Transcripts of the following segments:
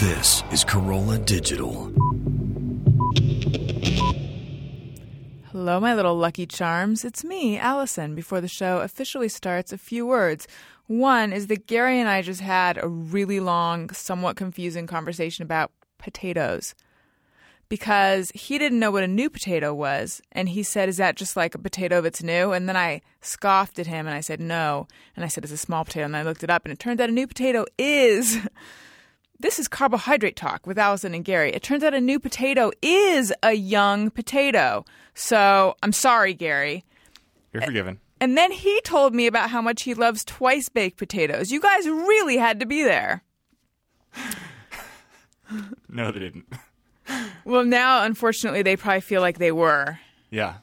This is Corolla Digital. Hello, my little lucky charms. It's me, Allison. Before the show officially starts, a few words. One is that Gary and I just had a really long, somewhat confusing conversation about potatoes because he didn't know what a new potato was. And he said, Is that just like a potato that's new? And then I scoffed at him and I said, No. And I said, It's a small potato. And I looked it up and it turns out a new potato is. This is Carbohydrate Talk with Allison and Gary. It turns out a new potato is a young potato. So I'm sorry, Gary. You're forgiven. And then he told me about how much he loves twice baked potatoes. You guys really had to be there. No, they didn't. Well, now unfortunately they probably feel like they were. Yeah.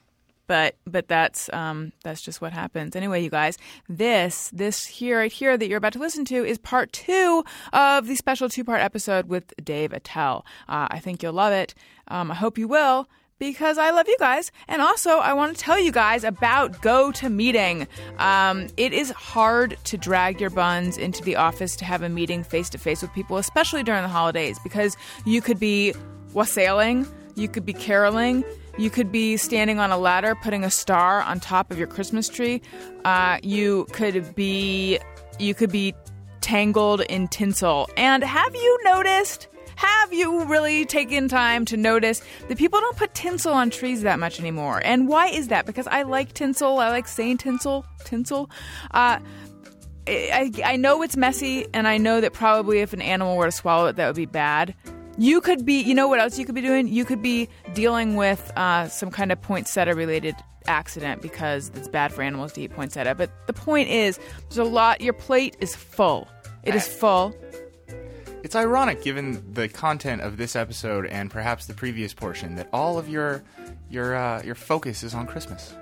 but but that's um, that's just what happens anyway you guys this this here right here that you're about to listen to is part two of the special two-part episode with dave attell uh, i think you'll love it um, i hope you will because I love you guys. And also, I want to tell you guys about Go to Meeting. Um, it is hard to drag your buns into the office to have a meeting face to face with people, especially during the holidays, because you could be wassailing, you could be caroling, you could be standing on a ladder putting a star on top of your Christmas tree. Uh, you could be you could be tangled in tinsel. And have you noticed? Have you really taken time to notice that people don't put tinsel on trees that much anymore? And why is that? Because I like tinsel. I like saying tinsel, tinsel. Uh, I, I know it's messy, and I know that probably if an animal were to swallow it, that would be bad. You could be, you know what else you could be doing? You could be dealing with uh, some kind of poinsettia related accident because it's bad for animals to eat poinsettia. But the point is, there's a lot, your plate is full. It is full. It's ironic given the content of this episode and perhaps the previous portion that all of your your uh, your focus is on Christmas.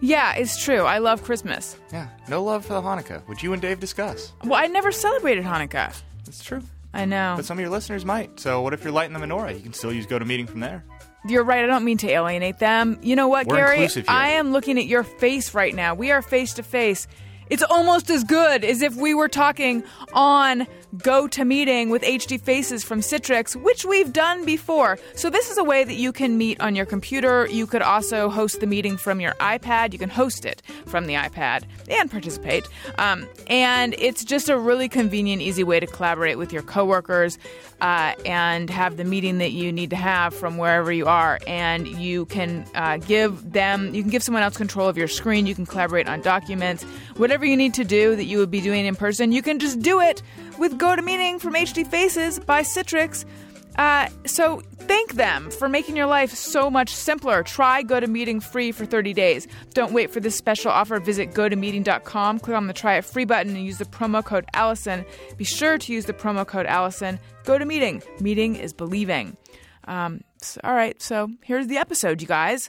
Yeah, it's true. I love Christmas. Yeah. No love for the Hanukkah, which you and Dave discuss. Well, I never celebrated Hanukkah. It's true. I know. But some of your listeners might. So what if you're lighting the menorah? You can still use go to meeting from there. You're right. I don't mean to alienate them. You know what, We're Gary? inclusive here. I am looking at your face right now. We are face to face. It's almost as good as if we were talking on Go to Meeting with HD Faces from Citrix, which we've done before. So, this is a way that you can meet on your computer. You could also host the meeting from your iPad. You can host it from the iPad and participate. Um, and it's just a really convenient, easy way to collaborate with your coworkers uh, and have the meeting that you need to have from wherever you are. And you can uh, give them, you can give someone else control of your screen. You can collaborate on documents. Whatever you need to do that you would be doing in person, you can just do it with GoToMeeting from HD Faces by Citrix. Uh, so thank them for making your life so much simpler. Try GoToMeeting free for 30 days. Don't wait for this special offer. Visit gotomeeting.com, click on the try it free button, and use the promo code Allison. Be sure to use the promo code Allison. Go to meeting. Meeting is believing. Um, s- all right, so here's the episode, you guys.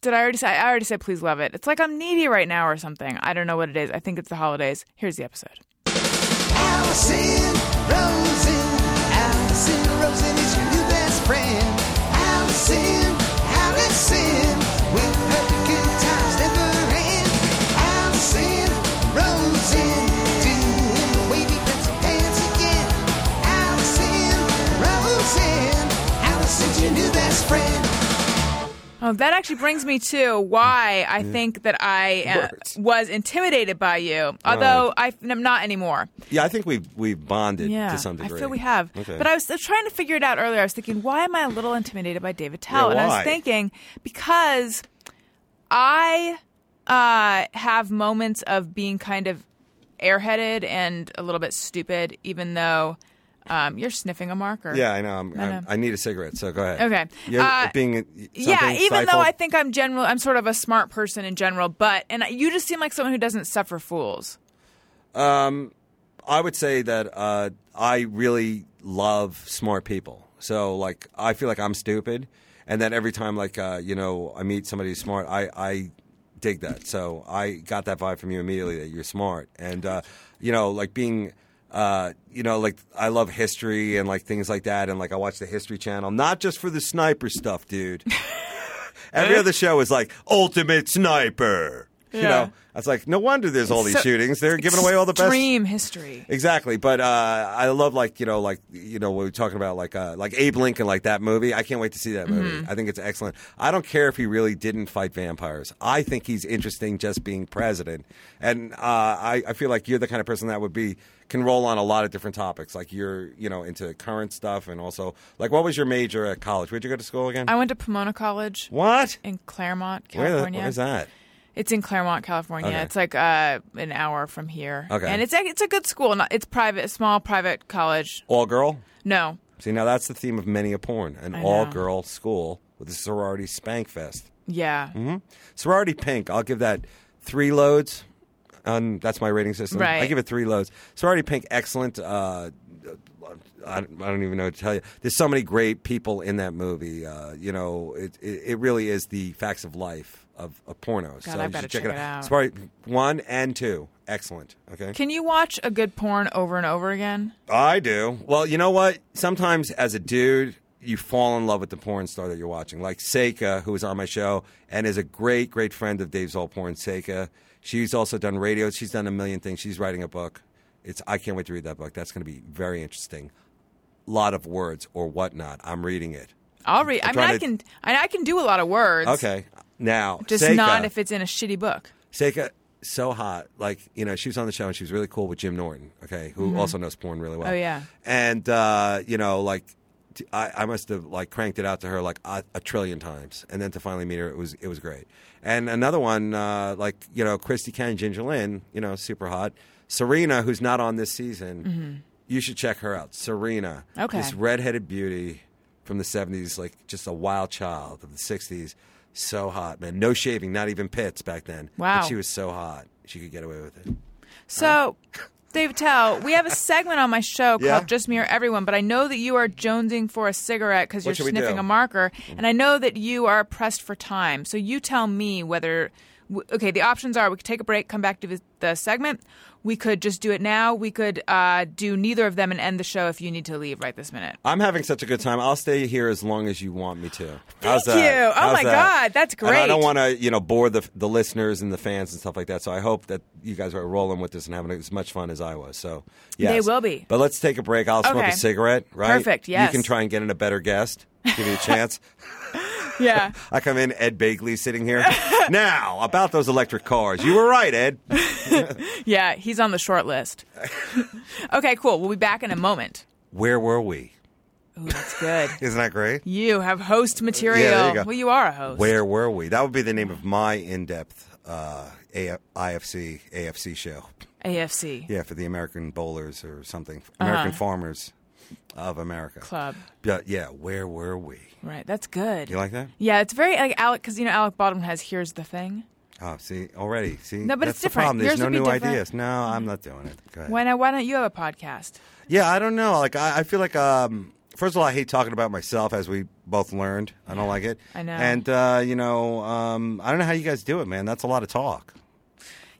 Did I already say? I already said please love it. It's like I'm needy right now or something. I don't know what it is. I think it's the holidays. Here's the episode. Allison Rosen. Allison Rosen is your new best friend. Allison, Allison, with her good times never end. Allison Rosen, doing the wavy pencil dance again. Allison Rosen, Allison's your new best friend. Oh, that actually brings me to why I think that I uh, Words. was intimidated by you, although I, am not anymore. Yeah, I think we've we've bonded Yeah, to some I degree. feel we have. Okay. But I was, I was trying to figure it out earlier. I was thinking, why am I a little intimidated by David Tell? Yeah, and I was why? thinking because I uh, have moments of being kind of airheaded and a little bit stupid, even though um, you're sniffing a marker. Yeah, I know. I'm, I I, know. am I need a cigarette, so go ahead. Okay. You're Uh, being something yeah, even though stifled. I think I'm general, I'm sort of a smart person in general, but and you just seem like someone who doesn't suffer fools. I would say that uh, I really love smart people. So like, I feel like I'm stupid, and then every time like uh, you know I meet somebody who's smart, I I dig that. So I got that vibe from you immediately that you're smart, and uh, you know like being. Uh, you know, like I love history and like things like that, and like I watch the History Channel, not just for the sniper stuff, dude. Every other show is like Ultimate Sniper. You Yeah. know, I was like, no wonder there's all these So- shootings. They're giving away all the best Dream history. Exactly, but uh, I love like you know like you know what we are talking about like uh, like Abe Lincoln like that movie. I can't wait to see that movie. Mm-hmm. I think it's excellent. I don't care if he really didn't fight vampires. I think he's interesting just being president, and uh, I, I feel like you're the kind of person that would be can roll on a lot of different topics. Like you're you know into current stuff and also like what was your major at college? Where'd you go to school again? I went to Pomona College what? in Claremont, Where California. the, where's that? It's in Claremont, California. Okay. It's like uh, an hour from here. Okay. And it's a, it's a good school. Not, it's private, small private college. All girl. No. See now that's the theme of many a porn, an I know. all girl school with a sorority spank fest. Yeah. Mm-hmm. Sorority Pink, I'll give that three loads. Um, that's my rating system. Right. I give it three loads. Sorority Pink, excellent. Uh, I, I don't even know what to tell you. There's so many great people in that movie. Uh, you know, it, it, it really is the facts of life of, of porno. so I you better should check, check it it out. out. Sorority one and two, excellent. Okay. Can you watch a good porn over and over again? I do. Well, you know what? Sometimes as a dude, you fall in love with the porn star that you're watching. Like Seika, who was on my show and is a great, great friend of Dave's All Porn. Seika. She's also done radio. She's done a million things. She's writing a book. It's I can't wait to read that book. That's going to be very interesting. Lot of words or whatnot. I'm reading it. I'll read. i mean, trying I to- can I, I can do a lot of words. Okay. Now, Just Seika- not if it's in a shitty book. Seika, so hot. Like, you know, she was on the show and she was really cool with Jim Norton, okay, who also knows porn really well. Mm-hmm. Oh, yeah. And, uh, you know, like, t- I, I must have like cranked it out to her like a, a trillion times, and then to finally meet her, it was it was great. And another one, uh, like you know, Christy Can Ginger Lynn, you know, super hot. Serena, who's not on this season, you should check her out. Serena, Mm-hmm. Okay. this redheaded beauty from the 70s, like just a wild child of the 60s. So hot, man. No shaving, not even pits back then. Wow. But she was so hot. She could get away with it. So, Dave Tell, we have a segment on my show called Yeah. Just Me or Everyone, but I know that you are jonesing for a cigarette because you're should we sniffing do? a marker, and I know that you are pressed for time. So, you tell me whether. w- Okay, the options are we could take a break, come back to the- the segment. We could just do it now. We could uh, do neither of them and end the show if you need to leave right this minute. I'm having such a good time. I'll stay here as long as you want me to. How's Thank that? you. Oh How's my that? God, that's And I don't great. want to, you know, bore the the listeners and the fans and stuff like that. So I hope that you guys are rolling with this and having as much fun as I was. So yes. They will be. But let's take a break. I'll smoke Okay. a cigarette. Right. Perfect, yes. You can try and get in a better guest. Give you a chance. Yeah. I come in, Ed Bagley sitting here. now, about those electric cars. You were right, Ed. Yeah, he's on the short list. okay, cool. We'll be back in a moment. Where were we? Ooh, that's good. Isn't that great? You have host material. go. Well, you are a host. Where were we? That would be the name of my in depth uh, A- IFC, AFC show. AFC. Yeah, for the American bowlers or something, American farmers of America. Uh-huh. Club. Yeah, yeah, where were we? Right. That's good. You like that? yeah, it's very like Alec because you know Alec Baldwin has here's the thing. Oh, see, already. See, No, but That's it's the different. problem. Yours There's no would be new different. Mm-hmm. ideas. No, I'm not doing it. Go ahead. Why now? Why don't you have a podcast? Yeah, I don't know. Like I, I feel like um, first of all, I hate talking about myself, as we both learned. I don't like it. I know. And uh, you know, um, I don't know how you guys do it, man. That's a lot of talk.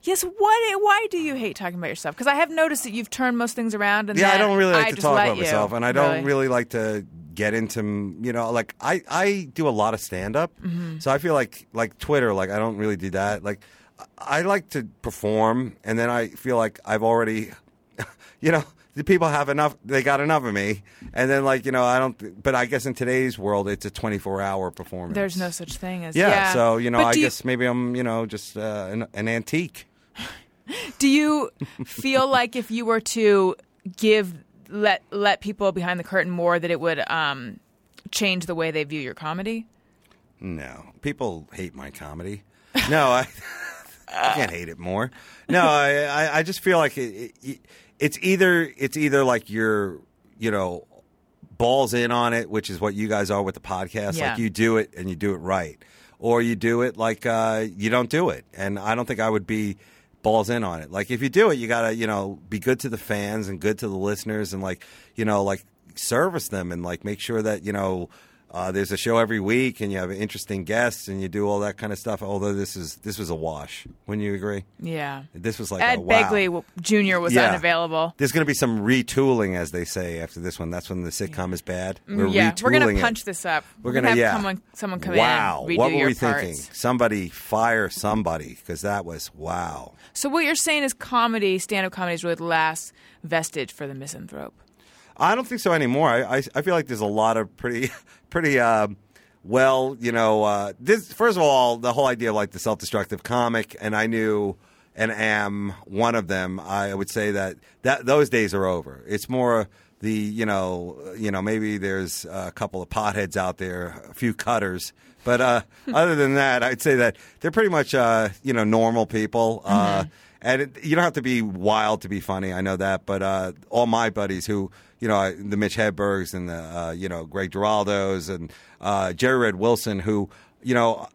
Yes. What? Why do you hate talking about yourself? Because I have noticed that you've turned most things around. And yeah, I then don't really like to just talk let about you, myself, and I don't really like to get into m- you know, like I I do a lot of stand up, Mm-hmm. so I feel like like Twitter, like I don't really do that. Like I I like to perform, and then I feel like I've already, you know. The people have enough; they got enough of me, and then like you know, I don't. But I guess in today's world, it's a twenty-four hour performance. There's no such thing as yeah. So you know, But I do guess maybe I'm you know just uh, an, an antique. Do you feel like if you were to give let let people behind the curtain more, that it would um, change the way they view your comedy? No, people hate my comedy. No, I, I can't hate it more. No, I, I, I just feel like it, it, it's either it's either like you're you know balls in on it, which is what you guys are with the podcast. Yeah. Like you do it and you do it right, or you do it like uh, you don't do it. And I don't think I would be balls in on it. Like if you do it, you gotta you know be good to the fans and good to the listeners and like you know like service them and like make sure that you know. Uh, there's a show every week, and you have interesting guests, and you do all that kind of stuff. Although this is this was a wash. Wouldn't you agree? Yeah. This was like Ed a, wow. Begley w- Jr. was Yeah. unavailable. There's going to be some retooling, as they say, after this one. That's when the sitcom is bad. We're Mm, yeah, we're retooling gonna it. punch this up. We're gonna, gonna, have yeah. someone, someone come wow. in. and redo what were your we parts. thinking? Somebody fire somebody because that was wow. So what you're saying is comedy, stand-up comedy, is really the last vestige for the misanthrope. I don't think so anymore. I, I, I feel like there's a lot of pretty pretty um, well, you know, uh, this first of all, the whole idea of like the self-destructive comic, and I knew and am one of them. I would say that that those days are over. It's more the you know uh, you know maybe there's a couple of potheads out there, a few cutters, but uh, other than that, I'd say that they're pretty much uh, you know normal people. Uh, and it, you don't have to be wild to be funny. I know that, but uh, all my buddies who, you know, I- the Mitch Hedbergs and the, uh, you know, Greg Giraldos and uh, Jerry Red Wilson, who, you know,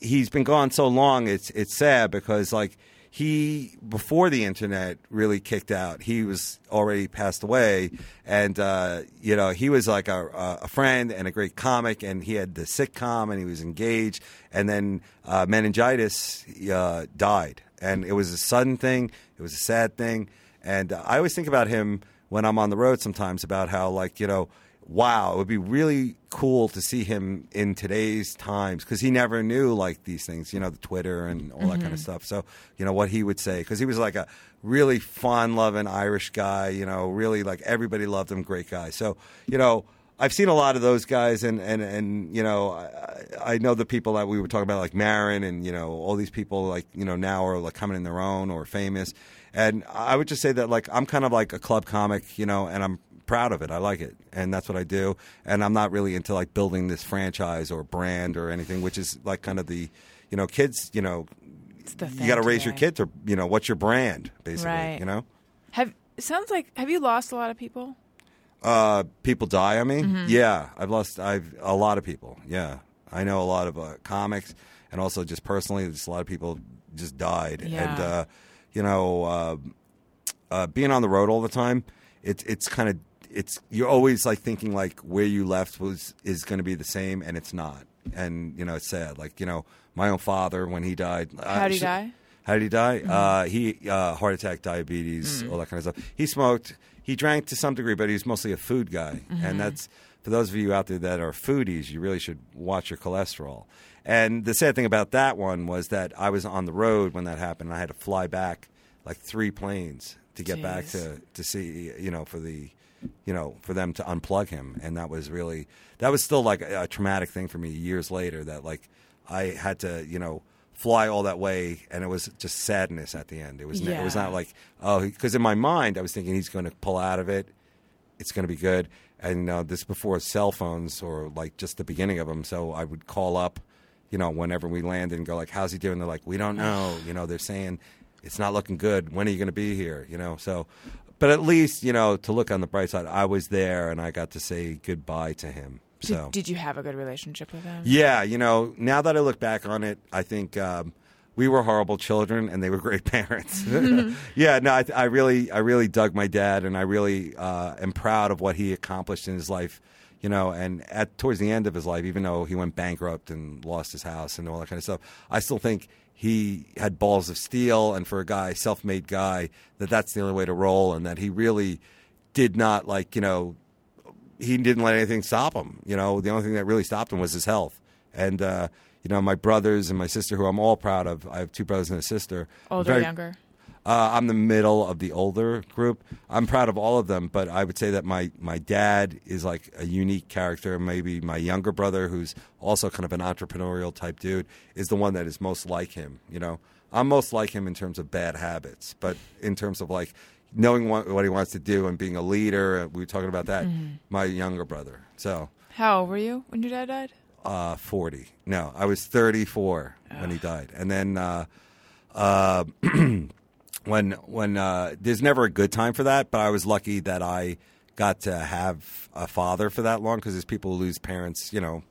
he's been gone so long. It's it's sad because like he before the internet really kicked out, he was already passed away, and uh, you know he was like a, a- a friend and a great comic, and he had the sitcom and he was engaged, and then uh, meningitis uh, died, and it was a sudden thing, it was a sad thing, and uh, I always think about him when I'm on the road sometimes about how like you know wow, it would be really cool to see him in today's times because he never knew like these things, you know, the Twitter and all that kind of stuff. So, you know, what he would say because he was like a really fun loving Irish guy, you know, really like everybody loved him, great guy. So, you know, I've seen a lot of those guys, and and and you know, I, I know the people that we were talking about, like Marin, and you know, all these people, like you know, now are like coming in their own or famous, and I would just say that like I'm kind of like a club comic, you know, and I'm proud of it. I like it, and that's what I do, and I'm not really into like building this franchise or brand or anything, which is like kind of the, you know, kids, you know, It's the thing you got to raise your today. kids, or you know, what's your brand basically, Right. you know. Have it sounds like have you lost a lot of people? Uh, people die. I mean, Mm-hmm. yeah, I've lost. I've a lot of people. Yeah, I know a lot of uh, comics, and also just personally, just a lot of people just died. Yeah. And uh, you know, uh, uh, being on the road all the time, it's it's kind of it's you're always like thinking like where you left was is going to be the same, and it's not. And you know, it's sad. Like you know, my own father when he died. How'd he sh- die? how did he die? Uh, he uh, heart attack, diabetes, all that kind of stuff. He smoked. He drank to some degree, but he was mostly a food guy, and that's for those of you out there that are foodies. You really should watch your cholesterol. And the sad thing about that one was that I was on the road when that happened. And I had to fly back like three planes to get back Jeez. to to to see you know for the you know for them to unplug him and that was really that was still like a, a traumatic thing for me years later that like i had to you know fly all that way and it was just sadness at the end it was n- it was Yeah. not like oh because in my mind i was thinking he's going to pull out of it it's going to be good. And uh, this before cell phones or like just the beginning of them. So I would call up, you know, whenever we landed and go like, "How's he doing?" They're like, "We don't know." You know, they're saying it's not looking good. When are you going to be here? You know, so. But at least you know to look on the bright side. I was there and I got to say goodbye to him. Did, So did you have a good relationship with him? yeah, you know, now that I look back on it, I think um, we were horrible children, and they were great parents. yeah, no, I, I really, I really dug my dad, and I really uh, am proud of what he accomplished in his life. You know, and at towards the end of his life, even though he went bankrupt and lost his house and all that kind of stuff, I still think he had balls of steel. And for a guy, self-made guy, that that's the only way to roll, and that he really did not like, you know, he didn't let anything stop him. You know, the only thing that really stopped him was his health. And uh, you know, my brothers and my sister, who I'm all proud of. I have two brothers and a sister. Older, Very- Oh, younger? Uh, I'm the middle of the older group. I'm proud of all of them, but I would say that my my dad is like a unique character. Maybe my younger brother, who's also kind of an entrepreneurial type dude, is the one that is most like him. You know, I'm most like him in terms of bad habits, but in terms of like knowing what, what he wants to do and being a leader. uh, We were talking about that. My younger brother. So How old were you when your dad died? uh, 40. No, I was 34 when Ah. he died. And then uh, uh, when when uh, there's never a good time for that, but I was lucky that I got to have a father for that long because there's people who lose parents, you know,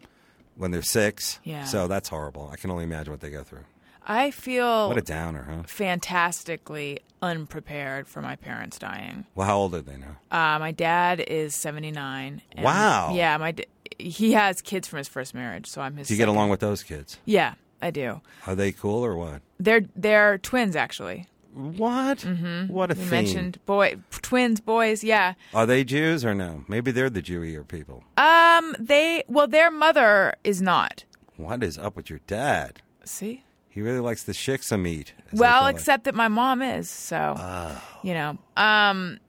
when they're six. Yeah. So that's horrible. I can only imagine what they go through. I feel What a downer, huh? fantastically unprepared for my parents dying. Well, how old are they now? Uh, my dad is 79. and- Wow. Yeah, my d- he has kids from his first marriage, so I'm his. Do you get second. along with those kids? Yeah, I do. Are they cool or what? They're they're twins actually. What? Mm-hmm. What a You thing. mentioned boy twins, boys. Yeah. Are they Jews or no? Maybe they're the Jewier people. Um. They well, their mother is not. What is up with your dad? See. He really likes the shiksa meat. as they Well, call it. except that my mom is. So Oh. you know. Um.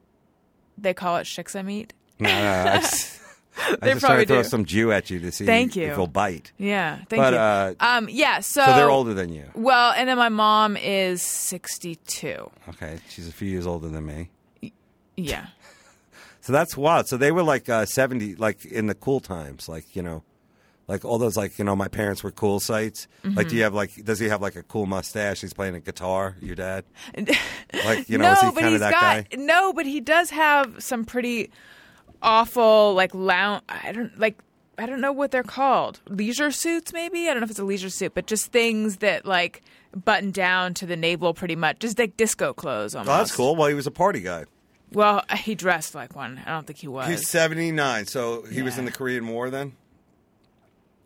They call it shiksa meat. No, no, no, I just, I They just trying probably to throw do. some Jew at you to see Thank you. if he'll bite. Yeah. Thank But, you. uh, um. Yeah. So. So they're older than you. Well, and then my mom is sixty-two. Okay, she's a few years older than me. Yeah. So that's wild. So they were like uh, seventy, like in the cool times, like you know, like all those like you know, my parents were cool sites. Mm-hmm. Like, do you have like? Does he have like a cool mustache? He's playing a guitar. Your dad, like you know, no, is he but kind he's of that got guy? no, but he does have some pretty awful like lounge. I don't like. I don't know what they're called. Leisure suits, maybe. I don't know if it's a leisure suit, but just things that like button down to the navel, pretty much, just like disco clothes. Almost. Oh, that's cool. Well, he was a party guy. Well, he dressed like one. I don't think he was. He's seventy nine, so he was Yeah. in the Korean War then.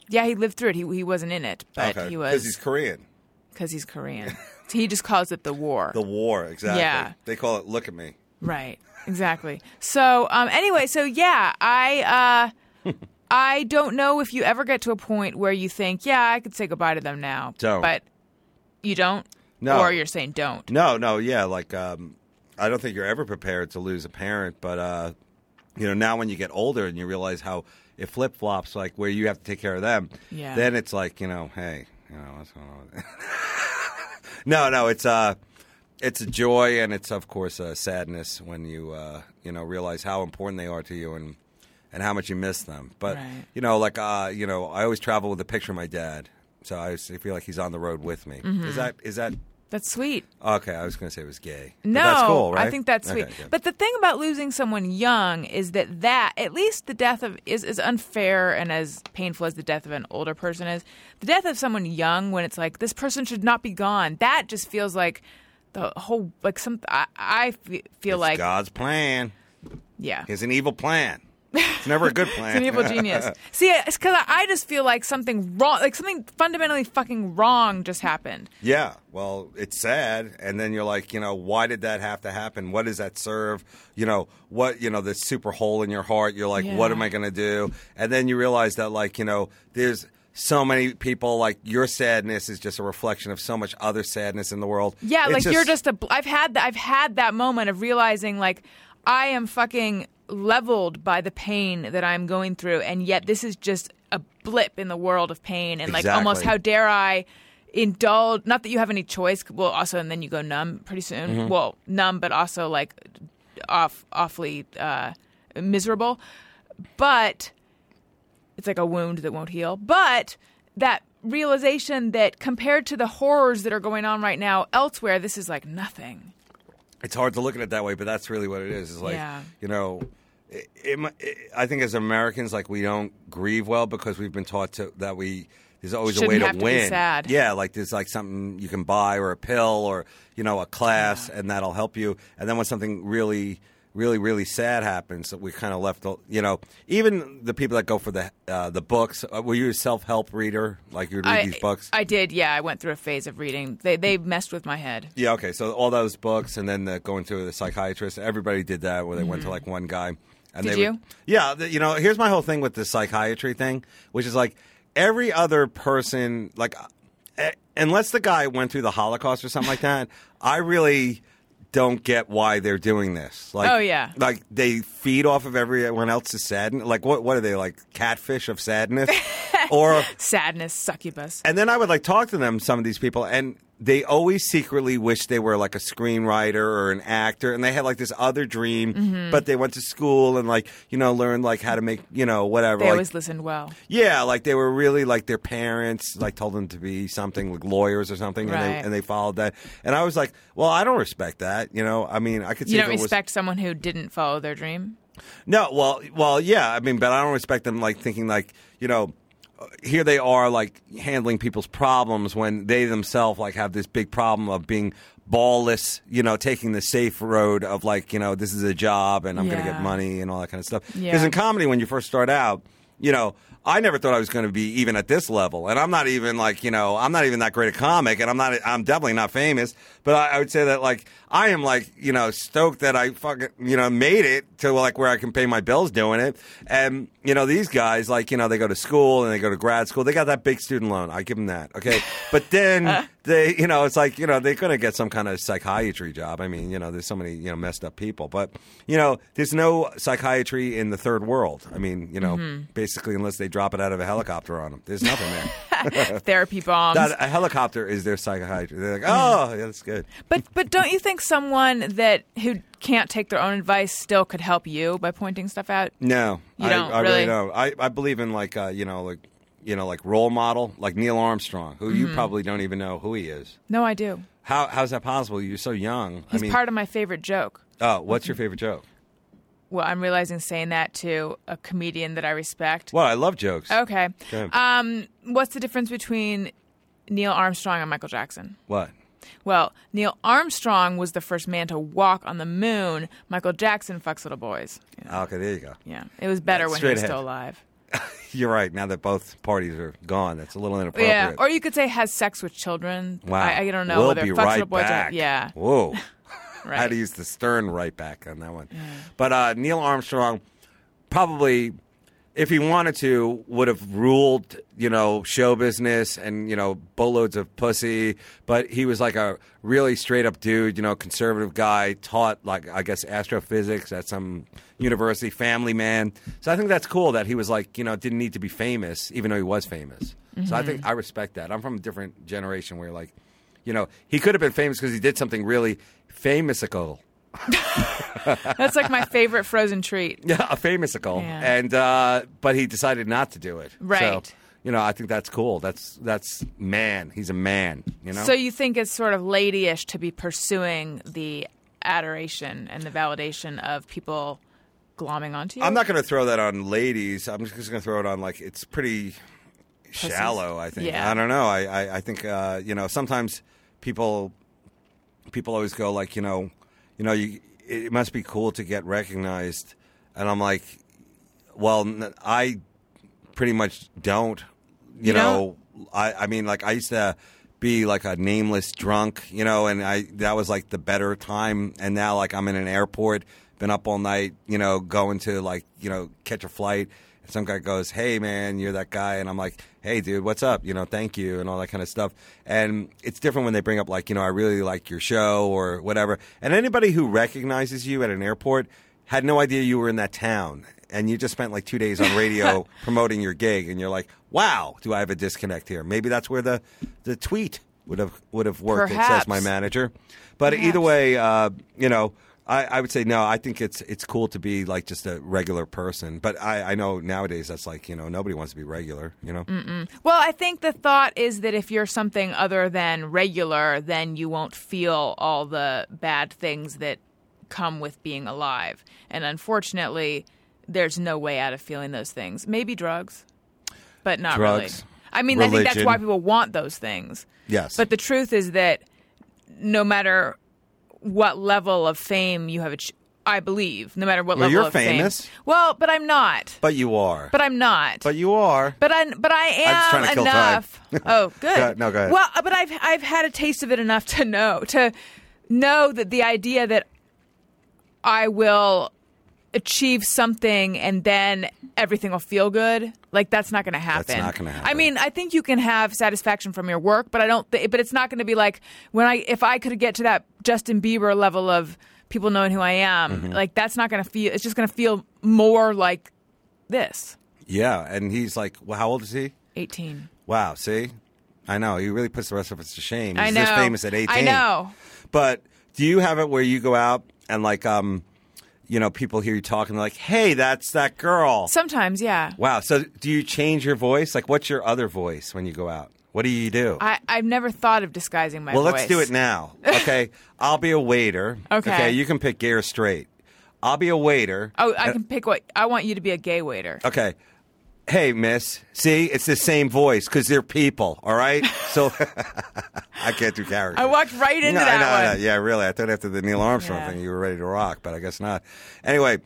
yeah, he lived through it. He he wasn't in it, but okay, he because was he's Korean. because he's, Korean. so he just calls it the war. The war, exactly. Yeah. They call it "Look at Me." Right. Exactly. So um anyway, so yeah, I uh I don't know if you ever get to a point where you think, yeah, I could say goodbye to them now. Don't. But you don't? No. Or you're saying don't. No, no, yeah. Like, um, I don't think you're ever prepared to lose a parent, but uh, you know, now when you get older and you realize how it flip flops, like where you have to take care of them, Yeah. then it's like, you know, hey, you know, what's going on? no, no, it's uh, it's a joy and it's of course a sadness when you uh, you know realize how important they are to you and and how much you miss them. But Right. you know, like uh, you know, I always travel with a picture of my dad. So I always feel like he's on the road with me. Mm-hmm. Is that is that That's sweet. Okay, I was going to say it was gay. But No, that's cool, right? I think that's sweet. Okay, good. But the thing about losing someone young is that that at least the death of is as unfair and as painful as the death of an older person is. The death of someone young, when it's like this person should not be gone, that just feels like the whole like some. I, I fe- feel it's like God's plan yeah, is an evil plan. It's never a good plan. an evil genius. See, it's because I, I just feel like something wrong, like something fundamentally fucking wrong just happened. yeah. Well, it's sad, and then you're like, you know, why did that have to happen? What does that serve? You know, what you know, this super hole in your heart. You're like, what Yeah. am I going to do? And then you realize that, like, you know, there's so many people. Like, your sadness is just a reflection of so much other sadness in the world. Yeah, It's like you're just a. bl- I've had that. I've had that moment of realizing like I am fucking leveled by the pain that I'm going through, and yet this is just a blip in the world of pain, and like almost Exactly. how dare I indulge? Not that you have any choice. Well, also, and then you go numb pretty soon. Mm-hmm. Well, numb, but also like off, awfully uh, miserable. But it's like a wound that won't heal. But that realization that compared to the horrors that are going on right now elsewhere, this is like nothing. it's hard to look at it that way, but that's really what it is. It's like Yeah. you know, it, it, mi- it, I think as Americans, like we don't grieve well because we've been taught to that we there's always Shouldn't a way to have to be win. sad. Yeah, like there's like something you can buy or a pill or you know a class, and that'll help you. And then when something really really really sad happens we kind of left you know even the people that go for the uh, the books uh, were you a self-help reader like you would read I, these books I did, yeah. I went through a phase of reading. They they messed with my head. Yeah, okay. So all those books, and then the, going to the psychiatrist. Everybody did that, where they went to like one guy. And Mm-hmm. Did they you? Would, yeah, the, you know, here's my whole thing with the psychiatry thing, which is like every other person, like uh, unless the guy went through the Holocaust or something like that, I really don't get why they're doing this. Like, Oh, yeah. like they feed off of everyone else's sadness. Like, what what are they like catfish of sadness, or Sadness, succubus. and then I would like talk to them, some of these people, and they always secretly wish they were like a screenwriter or an actor, and they had like this other dream, Mm-hmm. but they went to school and like you know learned like how to make you know whatever. They like, always listened well. yeah, like they were really like their parents like told them to be something like lawyers or something, and, Right. they, and they followed that. And I was like, well, I don't respect that. You know, I mean, I could see You if don't it was- respect someone who didn't follow their dream. no, well, well, yeah. I mean, but I don't respect them like thinking like you know, uh, here they are like handling people's problems when they themselves like have this big problem of being ballless. You know, taking the safe road of like you know this is a job and I'm going to Yeah. get money and all that kind of stuff. Because Yeah. in comedy, when you first start out. you know, I never thought I was going to be even at this level, and I'm not even like you know, I'm not even that great a comic, and I'm not, I'm definitely not famous. But I, I would say that like I am like you know stoked that I fucking you know made it to like where I can pay my bills doing it, and you know these guys like you know they go to school and they go to grad school, they got that big student loan, I give them that, okay. But then they you know it's like you know they're going to get some kind of psychiatry job. I mean you know there's so many you know messed up people, but you know there's no psychiatry in the third world. I mean you know Mm-hmm. basically unless they drop it out of a helicopter on them, there's nothing there. Therapy bombs. That- uh, a helicopter is their psychiatry. They're like, Mm-hmm. oh, yeah, that's good. But but don't you think someone that who can't take their own advice still could help you by pointing stuff out? No, You I, don't, I really, really? don't. I, I believe in like uh, you know like you know like role model like Neil Armstrong, who Mm-hmm. you probably don't even know who he is. No, I do. How how's that possible? You're so young. He's I mean, part of my favorite joke. oh, what's your favorite joke? Well, I'm realizing saying that to a comedian that I respect. Well, I love jokes. Okay. Go ahead. Um, what's the difference between Neil Armstrong and Michael Jackson? What? Well, Neil Armstrong was the first man to walk on the moon. Michael Jackson fucks little boys. Okay, there you go. Yeah, it was better when he Straight was ahead. still alive. You're right. Now that both parties are gone, that's a little inappropriate. Yeah, or you could say has sex with children. wow. I, I don't know we'll whether be fucks right little boys. or- back. yeah, Whoa. right. I had to use the stern right back on that one. But uh, Neil Armstrong probably, if he wanted to, would have ruled, you know, show business and, you know, boatloads of pussy. But he was like a really straight up dude, you know, conservative guy, taught, like, I guess, astrophysics at some university, family man. So I think that's cool that he was like, you know, didn't need to be famous, even though he was famous. So I think I respect that. I'm from a different generation where, like, you know, he could have been famous because he did something really famousical. That's like my favorite frozen treat. Yeah, a famousical. Yeah. And uh, but he decided not to do it. Right. So, you know, I think that's cool. That's that's man. He's a man. You know. So you think it's sort of ladyish to be pursuing the adoration and the validation of people glomming onto you? I'm not going to throw that on ladies. I'm just going to throw it on like it's pretty shallow. I think. Yeah. I don't know. I I, I think uh, you know sometimes people people always go like you know you know you it must be cool to get recognized, and I'm like, well, n- I pretty much don't. You, You know, I I mean like I used to be like a nameless drunk, you know, and I that was like the better time. And now like I'm in an airport, been up all night, you know, going to like you know catch a flight. And some guy goes, "Hey man, you're that guy," and I'm like, "Hey dude, what's up?" You know, thank you and all that kind of stuff. And it's different when they bring up like you know I really like your show or whatever. And anybody who recognizes you at an airport had no idea you were in that town and you just spent like two days on radio promoting your gig, and you're like, "Wow, do I have a disconnect here?" Maybe that's where the the tweet would have would have worked. It says Perhaps. my manager, but either Perhaps. way, uh, you know, I, I would say no. I think it's it's cool to be like just a regular person, but I, I know nowadays that's like you know nobody wants to be regular, you know. Mm. Well, I think the thought is that if you're something other than regular, then you won't feel all the bad things that come with being alive. And unfortunately, there's no way out of feeling those things. Maybe drugs, but not Drugs, really. I mean, I think that's religion. why people want those things. Yes, But the truth is that no matter what level of fame you have, ach- I believe, no matter what Well, level you're of fame- famous. Well, but I'm not. but you are, But I'm not. but you are. But I, but I am just trying to kill time. enough. Oh, good. Go- no, go ahead. Well, but I've I've had a taste of it enough to know to know that the idea that I will achieve something and then everything will feel good like that's not going to happen. not gonna happen. I mean, I think you can have satisfaction from your work, but I don't. Th- but it's not going to be like when I if I could get to that Justin Bieber level of people knowing who I am. Mm-hmm. Like that's not going to feel. It's just going to feel more like this. yeah, and he's like, well, how old is he? 18. Wow, see, I know he really puts the rest of us to shame. I He's know. this famous at eighteen. I know. But do you have it where you go out and like um you know people hear you talking they're like, "Hey, that's that girl." Sometimes, yeah. wow. So do you change your voice? Like what's your other voice when you go out? What do you do? I, I've never thought of disguising my well, voice. let's do it now. Okay. I'll be a waiter. Okay. you can pick gear straight. I'll be a waiter. Oh, I can pick what I want you to be a gay waiter. Uh, Okay. Hey, miss. See, it's the same voice because they're people, all right? So I can't do characters. I walked right into no, that no, one. No, yeah, really. I thought after the Neil Armstrong Yeah. thing you were ready to rock, but I guess not. Anyway,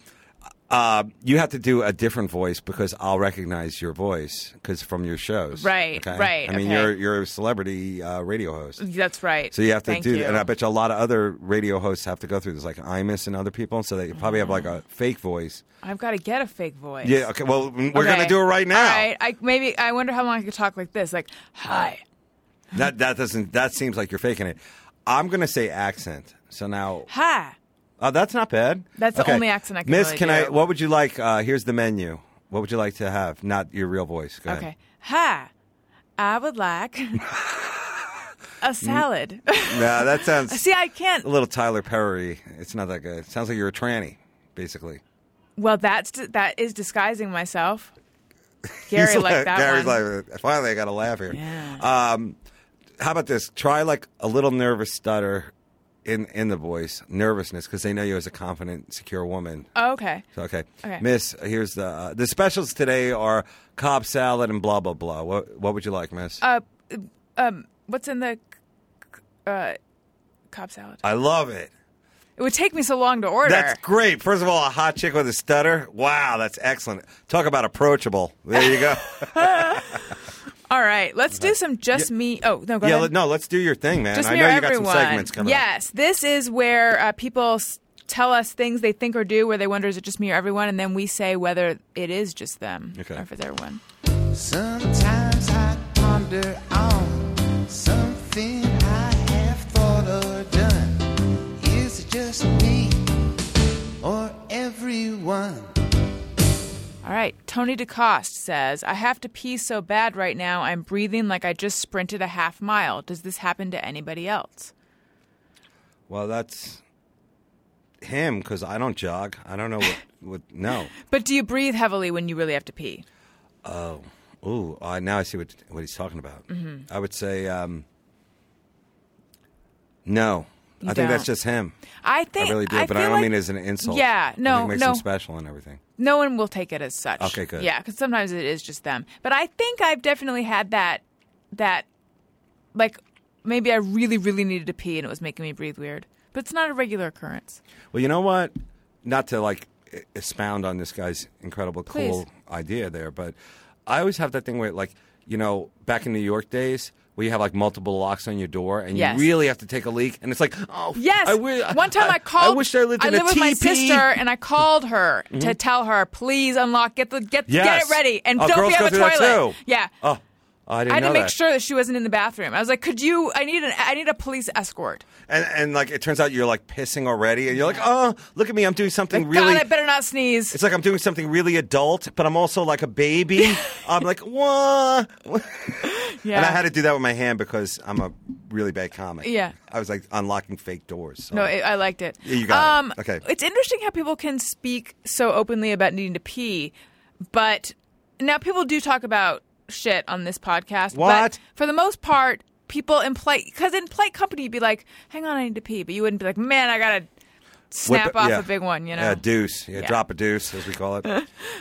Uh, you have to do a different voice because I'll recognize your voice because from your shows. Right, okay? right, I mean, okay. you're you're a celebrity uh, radio host. That's right. So you have to Thank do, you. and I bet you a lot of other radio hosts have to go through this, like Imus and other people, so they probably have like Mm-hmm. a fake voice. I've got to get a fake voice. Yeah. Okay. Well, we're Okay. gonna do it right now. All right. I, maybe I wonder how long I could talk like this. Like, hi. That that doesn't. That seems like you're faking it. I'm gonna say accent. So now, Hi. oh, that's not bad. That's the only accent I can Miss, really can do. I? What would you like? Uh, here's the menu. What would you like to have? Not your real voice. Go ahead. Okay. Hi. I would like a salad. No, that sounds See, I can't. a little Tyler Perry. It's not that good. It sounds like you're a tranny, basically. Well, that's that is disguising myself. Gary He's liked that Gary's one. like, finally, I got a laugh here. Yeah. Um, how about this? Try like a little nervous stutter in in the voice, nervousness, because they know you as a confident, secure woman. oh, okay. So, okay. Okay. Miss, here's the uh, the specials today are cob salad and blah blah blah. What what would you like, Miss? Uh, um, what's in the c- c- uh, cob salad? I love it. It would take me so long to order. That's great. First of all, a hot chick with a stutter. Wow, that's excellent. Talk about approachable. There you go. All right, let's do some just me. Oh no, go yeah, ahead. let- no, let's do your thing, man. Just I me know or you everyone. got some segments coming up. yes, this is where uh, people s- tell us things they think or do, where they wonder is it just me or everyone, and then we say whether it is just them Okay. or if it's everyone. Sometimes I ponder on something I have thought or done. Is it just me or everyone? All right, Tony DeCoste says, I have to pee so bad right now, I'm breathing like I just sprinted a half mile. Does this happen to anybody else? Well, that's him because I don't jog. I don't know what. what no. But do you breathe heavily when you really have to pee? Ooh, I now I see what what he's talking about. Mm-hmm. I would say um, no. I think that's don't. just him. I think I really do, but I feel don't like mean it as an insult. Yeah, I think no, it makes no. him special and everything. no one will take it as such. Okay, good. Yeah, because sometimes it is just them. But I think I've definitely had that that like maybe I really really needed to pee and it was making me breathe weird. But it's not a regular occurrence. Well, you know what? Not to like e- expound on this guy's incredible cool Please. idea there, but I always have that thing where like, you know, back in New York days, where you have like multiple locks on your door, and Yes. you really have to take a leak, and it's like, oh, Yes. I wi- I- One time I, called. I wish I lived in lived a with my teepee. Mm-hmm. sister, and I called her to tell her, please unlock, get the get get Yes. it ready, and Oh, don't girls be on go the through that toilet. too. Yeah. Oh, I didn't I had know to make that. sure that she wasn't in the bathroom. I was like, "Could you? I need an. I need a police escort. And, and like it turns out you're like pissing already, and you're like, oh, look at me, I'm doing something Like, really. God, I better not sneeze. it's like I'm doing something really adult, but I'm also like a baby. I'm like, what? yeah. And I had to do that with my hand because I'm a really bad comic. Yeah. I was like unlocking fake doors. So. No, it, I liked it. Oh. Yeah, you got it. um, Okay. It's interesting how people can speak so openly about needing to pee, but now people do talk about shit on this podcast. But What? for the most part, people in polite because in polite company you'd be like, "Hang on, I need to pee," but you wouldn't be like, "Man, I gotta Whip snap it- off yeah. a big one," you know. Yeah, deuce. Yeah, Yeah. drop a deuce, as we call it.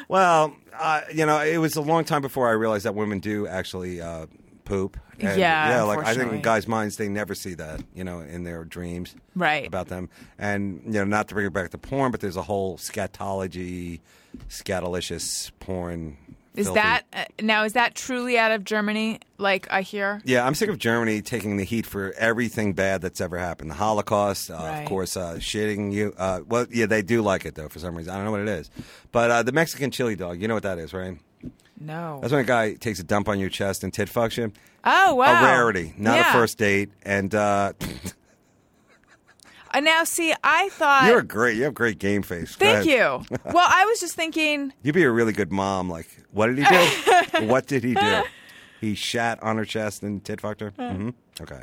well, uh, you know, it was a long time before I realized that women do actually uh, poop. And, Yeah, Yeah, like I think unfortunately. in guys' minds, they never see that, you know, in their dreams. Right. About them. And, you know, not to bring it back to porn, but there's a whole scatology, scatalicious porn. Is filthy- that uh, now? Is that truly out of Germany? Like I hear. Yeah, I'm sick of Germany taking the heat for everything bad that's ever happened. The Holocaust, uh, Right. of course, uh, shitting you. Uh, well, yeah, they do like it though for some reason. I don't know what it is, but uh, the Mexican chili dog. You know what that is, right? No. That's when a guy takes a dump on your chest and tit fucks you. oh wow. A rarity, not Yeah. a first date. And uh, Uh, now, see, I thought. you're a great. You have great game face. Go thank ahead. you. Well, I was just thinking. You'd be a really good mom. Like, what did he do? what did he do? He shat on her chest and tit fucked her. hmm Okay.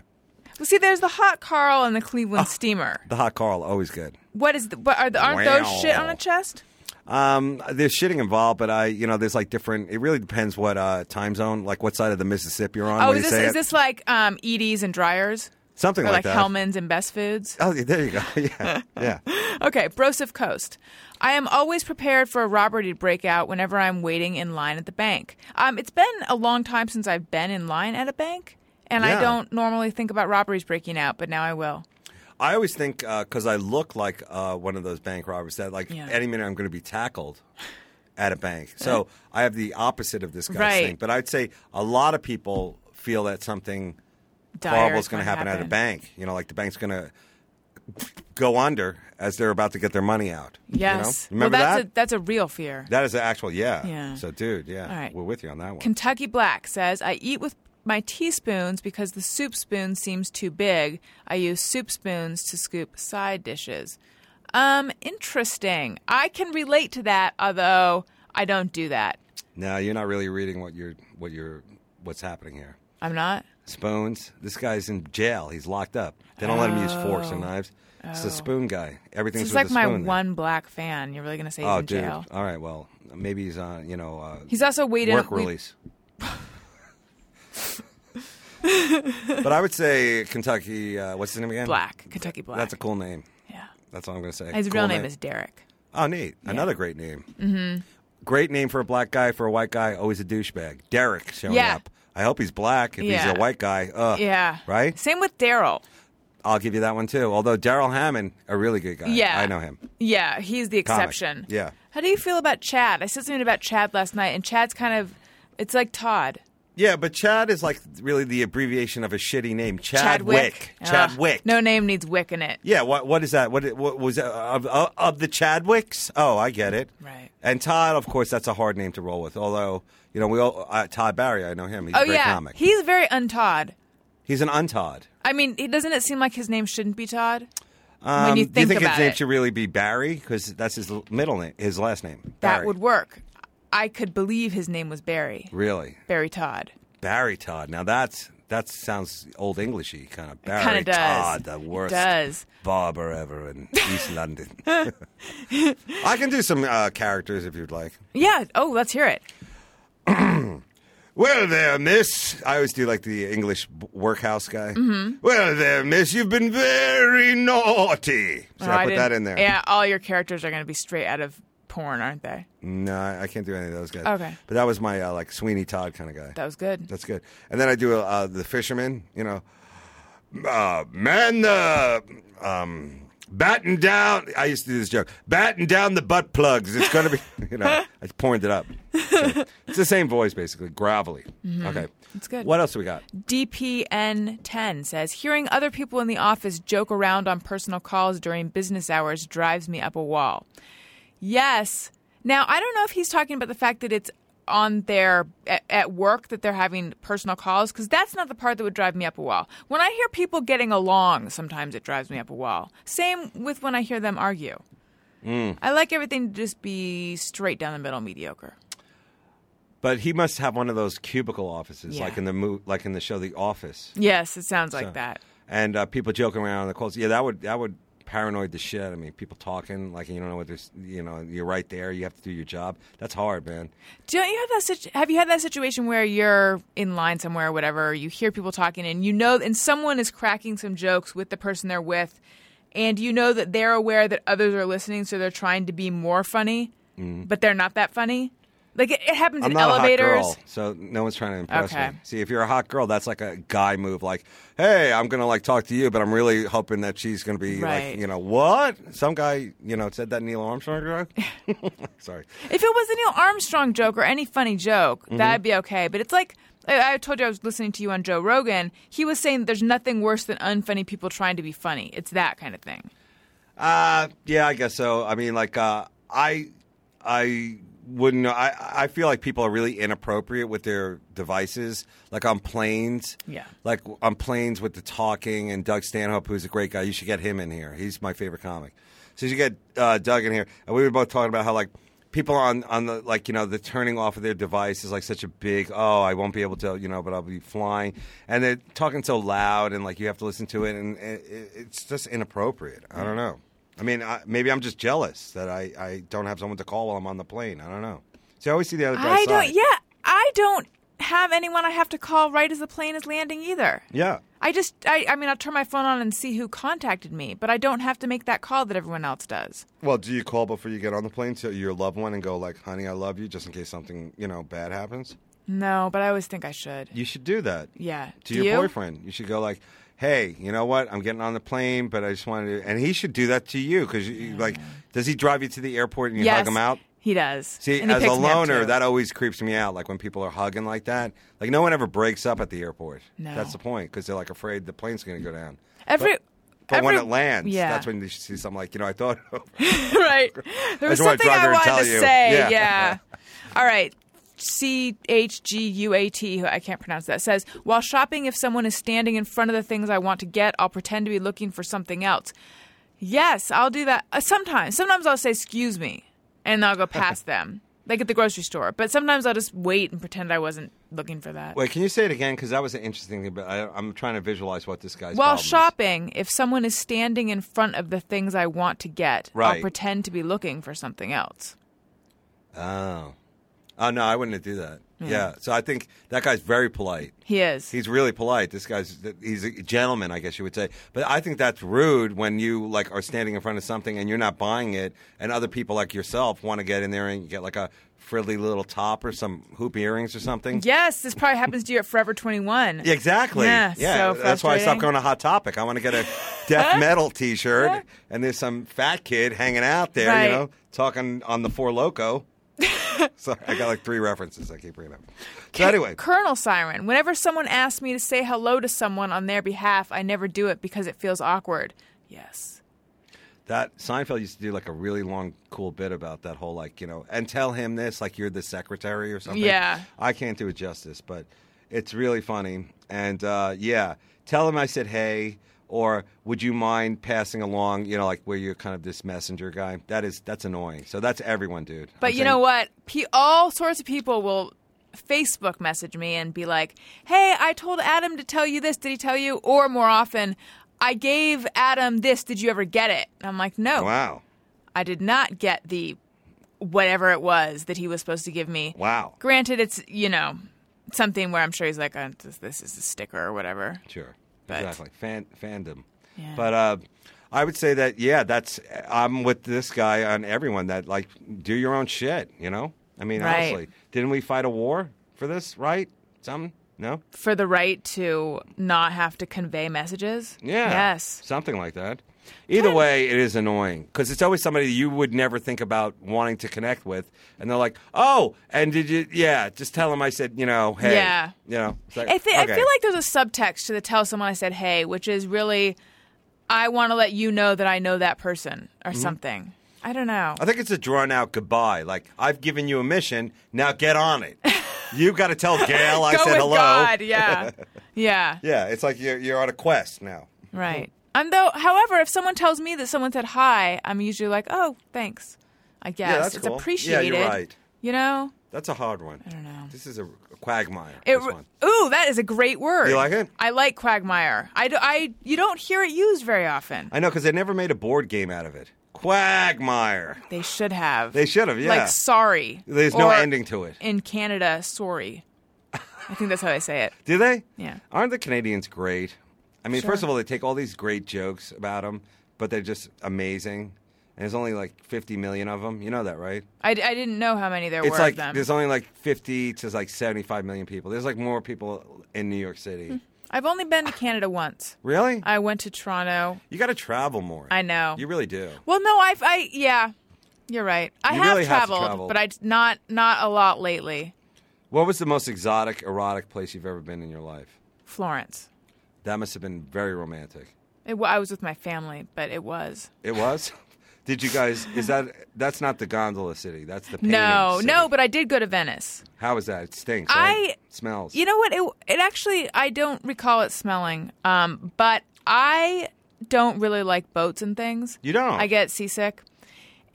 Well, see, there's the hot Carl and the Cleveland Ah. steamer. The hot Carl always good. What is? The, what are the? Aren't those Wow. shit on a chest? Um, there's shitting involved, but I, you know, there's like different. It really depends what uh, time zone, like what side of the Mississippi you're on. Oh, when is you this say is it. this like um, Edie's and Dryers something or like, that? Hellman's and Best Foods? Oh, yeah, there you go. Yeah, yeah. Okay, Brosif Coast. I am always prepared for a robbery to break out whenever I'm waiting in line at the bank. Um, it's been a long time since I've been in line at a bank, and I Yeah. don't normally think about robberies breaking out, but now I will. I always think because I look like uh, one of those bank robbers that like Yeah. any minute I'm going to be tackled at a bank. So I have the opposite of this guy's Right. thing. But I'd say a lot of people feel that something Dire horrible is is going to gonna happen, at a happen. bank. You know, like the bank's going to go under as they're about to get their money out. you know? Yes. Remember well, that's that? A, that's a real fear. that is the actual, yeah. Yeah. So, dude, yeah, All right. we're with you on that one. Kentucky Black says, I eat with my teaspoons because the soup spoon seems too big. I use soup spoons to scoop side dishes. Um, interesting. I can relate to that, although I don't do that. no, you're not really reading what you're, what you're, what's happening here. I'm not. Spoons. This guy's in jail. He's locked up. They don't let him use forks or knives. It's the spoon guy. Oh. This Everything's is with like the my spoon there. one black fan. You're really going to say he's Oh, in dude. jail? All right. Well, maybe he's on. You know, uh, He's also waited. work we- release. but I would say Kentucky. Uh, what's his name again? Black. Kentucky Black. That's a cool name. yeah. That's all I'm going to say. His Cool real name is Derek. Oh, neat. Another great name. Mm-hmm. Great name for a black guy. For a white guy, always a douchebag. Derek showing Yeah. up. I hope he's black. If Yeah. he's a white guy, uh, Yeah. Right? Same with Daryl. I'll give you that one too. Although Daryl Hammond, a really good guy. Yeah. I know him. Yeah, he's the Comic. exception. Yeah. How do you feel about Chad? I said something about Chad last night, and Chad's kind of, it's like Todd. Yeah, but Chad is like really the abbreviation of a shitty name. Chadwick. Chadwick. Ugh. Chadwick. No name needs Wick in it. Yeah, what what is that? What what was that? of of, of the Chadwicks? Oh, I get it. Right. And Todd, of course, that's a hard name to roll with. Although you know, we all uh, Todd Barry, I know him. He's oh, a great yeah. comic. He's very unTodd. He's an untodd. I mean, it- doesn't it seem like his name shouldn't be Todd? Um, when you do you think think about his name it, should really be Barry because that's his l- middle name, his last name. that Barry. would work. I could believe his name was Barry. really Barry Todd. Barry Todd. Now that's that sounds old Englishy kind of Barry Kind of does. Todd, the It worst does. barber ever in East London. I can do some uh, characters if you'd like. Yeah. Oh, let's hear it. Well, there, miss. I always do like the English b- workhouse guy. Mm-hmm. Well, there, miss. You've been very naughty. Oh, So I, I put didn't- that in there. Yeah, all your characters are going to be straight out of porn, aren't they? No, I I can't do any of those guys. Okay. But that was my uh, like Sweeney Todd kind of guy. That was good. That's good. And then I do uh, the fisherman. You know, uh, man the um, batten down. I used to do this joke. Batten down the butt plugs. It's gonna be. You know, I pointed it up. So, it's the same voice basically, gravelly. Okay, That's Mm-hmm. good. What else do we got? DPN10 says, hearing other people in the office joke around on personal calls during business hours drives me up a wall. Yes. Now, I don't know if he's talking about the fact that it's on their at, at work that they're having personal calls because that's not the part that would drive me up a wall. When I hear people getting along, sometimes it drives me up a wall. Same with when I hear them argue. I like everything to just be straight down the middle, mediocre. But he must have one of those cubicle offices, Yeah. like in the mo- like in the show The Office. Yes, it sounds like So- that. And uh, people joking around on the calls. Yeah, that would that would paranoid the shit out of me. People talking like you don't know what there's. You know, you're right there. You have to do your job. That's hard, man. Do you have that? Situ- have you had that situation where you're in line somewhere or whatever, you hear people talking, and you know, and someone is cracking some jokes with the person they're with, and you know that they're aware that others are listening, so they're trying to be more funny, but they're not that funny. Like it, it happens Mm. I'm in not elevators. a hot girl, so no one's trying to impress Okay. me. See, if you're a hot girl, that's like a guy move. Like, hey, I'm gonna like talk to you, but I'm really hoping that she's gonna be Right. like, you know, what? Some guy, you know, said that Neil Armstrong joke. Sorry. If it was a Neil Armstrong joke or any funny joke, Mm-hmm. that'd be okay. But it's like I, I told you I was listening to you on Joe Rogan. He was saying there's nothing worse than unfunny people trying to be funny. It's that kind of thing. Uh, yeah, I guess so. I mean, like, uh, I, I wouldn't know. I, I feel like people are really inappropriate with their devices, like on planes. Yeah. Like on planes with the talking and Doug Stanhope, who's a great guy. You should get him in here. He's my favorite comic. So you get uh, Doug in here, and we were both talking about how like people on on the like you know the turning off of their device is like such a big oh I won't be able to you know but I'll be flying and they're talking so loud and like you have to listen to it and it, it- it's just inappropriate. I don't know. I mean, I, maybe I'm just jealous that I, I don't have someone to call while I'm on the plane. I don't know. See, I always see the other guy's I don't. side. Yeah, I don't have anyone I have to call right as the plane is landing either. Yeah. I just, I, I mean, I'll turn my phone on and see who contacted me, but I don't have to make that call that everyone else does. Well, do you call before you get on the plane to your loved one and go like, "Honey, I love you," just in case something you know bad happens? No, but I always think I should. You should do that. Yeah. To Do your you? boyfriend, you should go like, hey, you know what? I'm getting on the plane, but I just wanted to. And he should do that to you because, like, does he drive you to the airport and you yes, hug him out? He does. See, And he as a picks me up, loner, too. that always creeps me out. Like when people are hugging like that. Like no one ever breaks up at the airport. No. That's the point because they're like afraid the plane's going to go down. every. But, but when it every- lands, yeah. that's when you should see something like you know I thought. right. There was just wanna something drive I her and wanted tell to you. say. Yeah. Yeah. All right. C H G U A T, who I can't pronounce that, says, While shopping, if someone is standing in front of the things I want to get, I'll pretend to be looking for something else. Yes, I'll do that. Uh, sometimes. Sometimes I'll say, Excuse me, and I'll go past them, like at the grocery store. But sometimes I'll just wait and pretend I wasn't looking for that. Wait, can you say it again? Because that was an interesting thing. But I, I'm trying to visualize what this guy's. While problem is. shopping, if someone is standing in front of the things I want to get, I'll Right. pretend to be looking for something else. Oh, oh no, I wouldn't do that. yeah. So I think that guy's very polite. He is. He's really polite. This guy's he's a gentleman, I guess you would say. But I think that's rude when you like are standing in front of something and you're not buying it, and other people like yourself want to get in there and get like a frilly little top or some hoop earrings or something. Yes, this probably happens to you at Forever 21. Yeah, Exactly. Yeah, so that's why I frustrating. stopped going to Hot Topic. I want to get a death metal T-shirt, and there's some fat kid hanging out there, Right. you know, talking on the Four Loco. Sorry, I got like three references. I keep bringing up. So anyway, Colonel Siren, whenever someone asks me to say hello to someone on their behalf, I never do it because it feels awkward. Yes. that Seinfeld used to do like a really long, cool bit about that whole like you know, and tell him this like you're the secretary or something. Yeah. I can't do it justice, but it's really funny. And uh, yeah, tell him I said hey, or would you mind passing along? You know, like where you're kind of this messenger guy. That is that's annoying. So that's everyone, dude. But I'm you saying- know what? Pe- all sorts of people will Facebook message me and be like, hey, I told Adam to tell you this. Did he tell you? Or more often, I gave Adam this. Did you ever get it? And I'm like, no, Wow, I did not get the whatever it was that he was supposed to give me. wow. Granted, it's you know something where I'm sure he's like, uh, this, this is a sticker or whatever. Sure. But- exactly. Fan, fandom. Yeah. But uh, I would say that, yeah, that's, I'm with this guy on everyone that, like, do your own shit, you know? I mean, Right. honestly, didn't we fight a war for this, right? Something? No? For the right to not have to convey messages. Yeah. Yes. Something like that. Either way, it is annoying because it's always somebody you would never think about wanting to connect with. And they're like, oh, and did you, yeah, just tell them I said, you know, hey. Yeah. You know, it's like, I, thi- I okay. feel like there's a subtext to the tell someone I said hey, which is really, I want to let you know that I know that person or something. I don't know. Mm-hmm. I think it's a drawn out goodbye. Like, I've given you a mission, now get on it. You've got to tell Gail I Go said with hello. God. Yeah. yeah. Yeah, it's like you're, you're on a quest now. Right. And though, however, if someone tells me that someone said hi, I'm usually like, oh, thanks. I guess it's that's cool. Yeah, you're appreciated. right. You know. That's a hard one. I don't know. This is a quagmire. It, this one. ooh, that is a great word. You like it? I like quagmire. I, do, I you don't hear it used very often. I know, because they never made a board game out of it. Quagmire. they should have. They should have, yeah. Like sorry. There's no Or ending to it. In Canada, sorry. I think that's how they say it. Do they? Yeah. Aren't the Canadians great? I mean, first of all, they take all these great jokes about them, but they're just amazing. And there's only like 50 million of them. You know that, right? I, I didn't know how many there it's were like of them. there's only like 50 to like 75 million people there's like more people in new york city I've only been to Canada once. really Hmm. I went to Toronto. you got to travel more I know. you really do Well, no, I've, I, yeah, you're right. I You have really have to traveled, travel. but I not not a lot lately. what was the most exotic erotic place you've ever been in your life Florence. that must have been very romantic It, wa- I was with my family, but it was it was did you guys is that that's not the gondola city that's the painting no, city. no. But I did go to Venice. how is that it stinks right? I- It smells You know what? It it actually I don't recall it smelling. Um, but I don't really like boats and things. You don't? I get seasick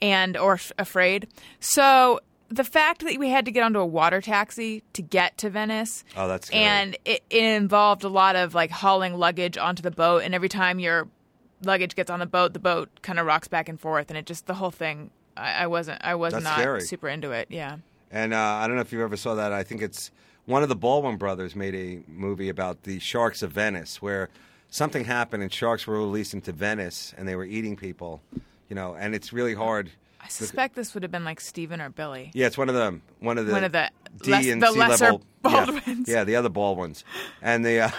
and or f- afraid. So the fact that we had to get onto a water taxi to get to Venice. Oh, that's scary. and it, it involved a lot of like hauling luggage onto the boat, and every time your luggage gets on the boat, the boat kind of rocks back and forth, and it just the whole thing. I, I wasn't. I was That's not scary. super into it. Yeah. And uh, I don't know if you ever saw that. I think it's one of the Baldwin brothers made a movie about the sharks of Venice, where something happened and sharks were released into Venice and they were eating people. You know, and it's really hard. I suspect this would have been like Steven or Billy. Yeah, it's one of the one of the One of the D less- and the C lesser level yeah. Baldwins. Yeah, the other Baldwins, and the uh,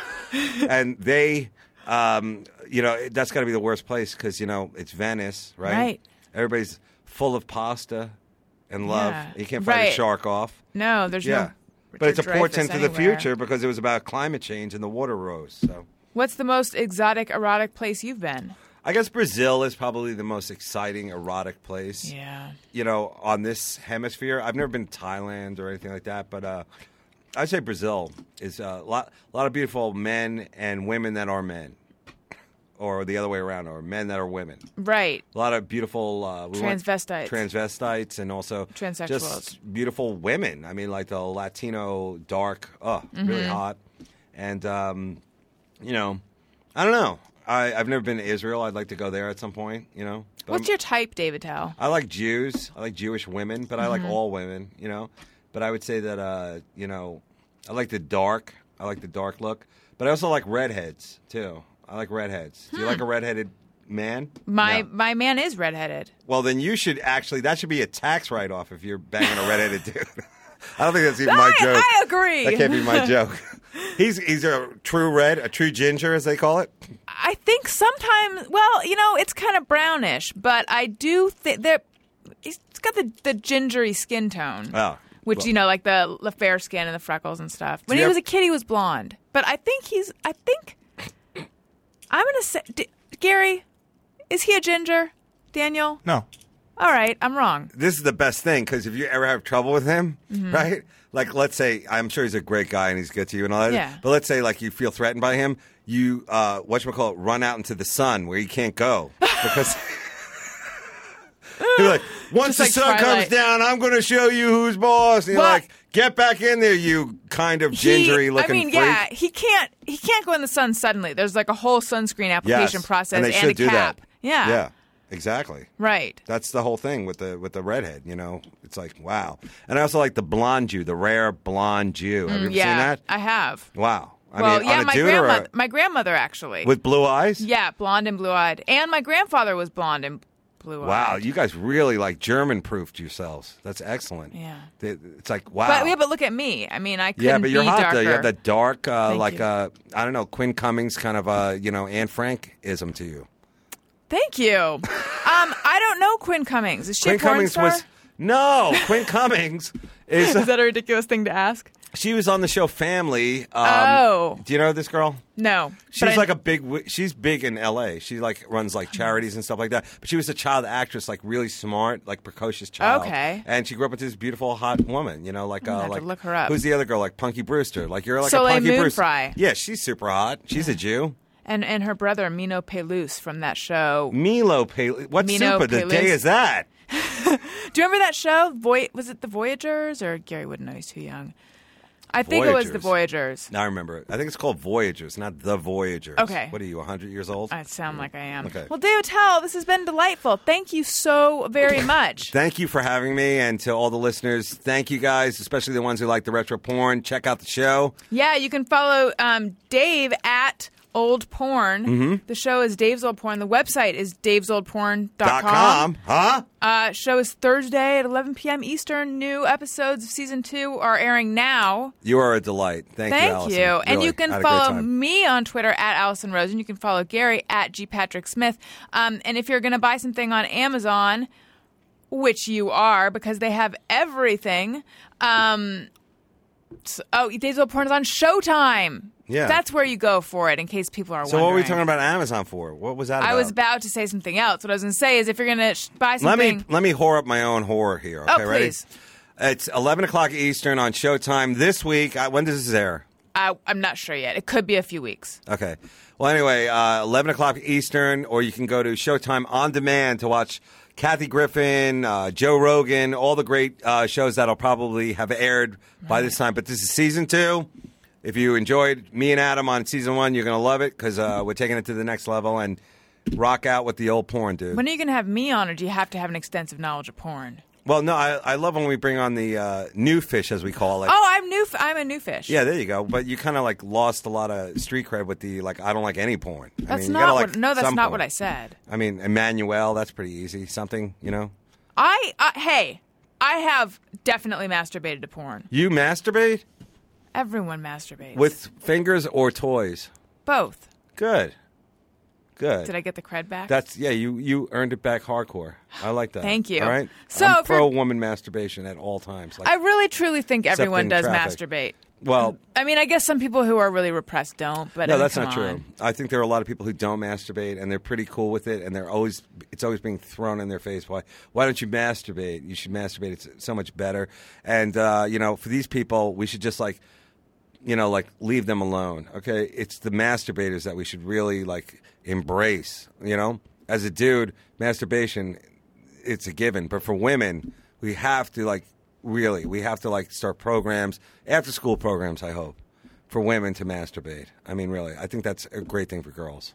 and they um, you know, it- that's got to be the worst place because you know it's Venice, right? Right. Everybody's full of pasta and love. Yeah. You can't fight a Right. shark off. No, there's yeah. no. but it's a Richard Dreyfuss portent to the anywhere. future because it was about climate change and the water rose. So What's the most exotic, erotic place you've been? I guess Brazil is probably the most exciting erotic place. Yeah. you know, on this hemisphere. I've never been to Thailand or anything like that, but uh, I'd say Brazil is a lot, a lot of beautiful men and women that are men, or the other way around, or men that are women. Right. A lot of beautiful uh, we went- Transvestites. transvestites, and also Transsexuals. just beautiful women. I mean, like the Latino dark, oh, Mm-hmm. really hot, and um, you know, I don't know. I, I've never been to Israel. I'd like to go there at some point. You know, But I'm- What's your Mm-hmm. type, David Tao? I like Jews. I like Jewish women, but I like all women, you know. But I would say that uh, you know, I like the dark. I like the dark look, but I also like redheads too. I like redheads. Do you like a redheaded man? Hmm. My No. my man is redheaded. Well, then you should actually. That should be a tax write-off if you're banging a redheaded dude. I don't think that's even my I- joke. I agree. That can't be my joke. he's he's a true red, a true ginger, as they call it. I think sometimes, well, you know, it's kind of brownish, but I do think that it's got the, the gingery skin tone. Oh, Which, well. you know, like the, the fair skin and the freckles and stuff. When you he was ever- a kid, he was blonde. But I think he's, I think, I'm going to say, D- Gary, is he a ginger? Daniel? No. All right, I'm wrong. this is the best thing because if you ever have trouble with him, Mm-hmm. right? Like, let's say I'm sure he's a great guy and he's good to you and all that. Yeah. But let's say like you feel threatened by him, you uh, what call it? Run out into the sun where you can't go because. You're like, once Just the like sun comes Twilight. down, I'm going to show you who's boss. And you're Well- like, get back in there, you kind of gingery He- looking I mean, freak. yeah, he can't he can't go in the sun suddenly. There's like a whole sunscreen Yes. application process and they should a do cap. that. Yeah. yeah, exactly. Right. That's the whole thing with the with the redhead. You know, it's like wow. And I also like the blonde Jew, the rare blonde Jew. Have you ever Mm, yeah. seen that? I have. Wow. I well, mean, yeah, on a my dude or grandmother, a- my grandmother actually. with blue eyes. yeah, blonde and blue eyed, and my grandfather was blonde and blue eyed. Wow, you guys really like German proofed yourselves. That's excellent. Yeah. They- It's like wow. But yeah, but look at me. I mean, I couldn't yeah, but you're be hot darker. though. You have that dark, uh, Thank like you. uh, I don't know, Quinn Cummings kind of uh, you know Anne Frank ism to you. Thank you. um, I don't know Quinn Cummings. Is she Quinn a porn Cummings star? was no Quinn Cummings is Is that a ridiculous thing to ask? she was on the show Family. Um, Oh. do you know this girl? No. She's but like a big. wi- She's big in L.A. She like runs like charities and stuff like that. But she was a child actress, like really smart, like precocious child. Okay. And she grew up with this beautiful hot woman. You know, like uh, have to like look her up. Who's the other girl? Like Punky Brewster. Like you're like Soleil a Punky Moon Brewster. Frye. Yeah, she's super hot. She's a Jew. and and her brother Mino Pelus from that show. Milo Palin. What Milo super the Palin. day is that? Do you remember that show? Voy- was it The Voyagers or Gary wouldn't know he's too young. I think it was The Voyagers. Now I remember it. I think it's called Voyagers, not the Voyagers. Okay. What are you, 100 years old? I sound like I am. Okay. Well, David Tell, this has been delightful. Thank you so very much. Thank you for having me, and to all the listeners, thank you guys, especially the ones who like the retro porn. Check out the show. yeah, you can follow um, Dave at Old Porn. Mm-hmm. The show is Dave's Old Porn. The website is davesoldporn.com. Dot com, huh? Uh, show is Thursday at 11 p.m. Eastern. New episodes of season two are airing now. You are a delight. Thank, you, Thank Allison. you. And Really, you can had a great follow time. me on Twitter at Allison Rosen. You can follow Gary at G Patrick Smith. Um, and if you're going to buy something on Amazon, which you are because they have everything. Um, s- oh, Days Old Porn is on Showtime. Yeah. that's were you go for it in case people are So wondering. what were we talking about Amazon for? What was that? About? I was about to say something else. What I was going to say is if you're going to sh- buy Let something, me let me whore up my own horror here. Okay, Oh, ready? please. It's eleven o'clock Eastern on Showtime this week. I, when does this air? I, I'm not sure yet. It could be a few weeks. Okay. Well, anyway, uh, eleven o'clock Eastern, or you can go to Showtime on demand to watch Kathy Griffin, uh, Joe Rogan, all the great uh, shows that'll probably have aired by this time. But this is season two. If you enjoyed me and Adam on season one, you're gonna love it because uh, we're taking it to the next level and rock out with the old porn, dude. When are you going to have me on, or do you have to have an extensive knowledge of porn? Well, no, I, I love when we bring on the uh, new fish, as we call it. Oh, I'm new. F- I'm a new fish. Yeah, there you go. But you kind of like lost a lot of street cred with the like. I don't like any porn. I That's mean, you not gotta what. like no, that's some not porn. what I said. I mean, Emmanuel. That's pretty easy. Something you know. I uh, hey, I have definitely masturbated to porn. You masturbate Everyone masturbates with fingers or toys? both. Good. Good. Did I get the cred back? That's yeah. You you earned it back hardcore. I like that. Thank you. All right. So I'm for- pro woman masturbation at all times. Like, I really truly think everyone in does traffic. masturbate. well, I mean, I guess some people who are really repressed don't, but I no, mean, that's come not on. true. I think there are a lot of people who don't masturbate and they're pretty cool with it, and they're always it's always being thrown in their face. Why why don't you masturbate? You should masturbate. It's so much better. And uh, you know, for these people, we should just like you know like leave them alone. Okay, it's the masturbators that we should really like embrace. You know, as a dude, masturbation it's a given, but for women, we have to like really we have to like start programs after school programs. I hope for women to masturbate. I mean, really, I think that's a great thing for girls.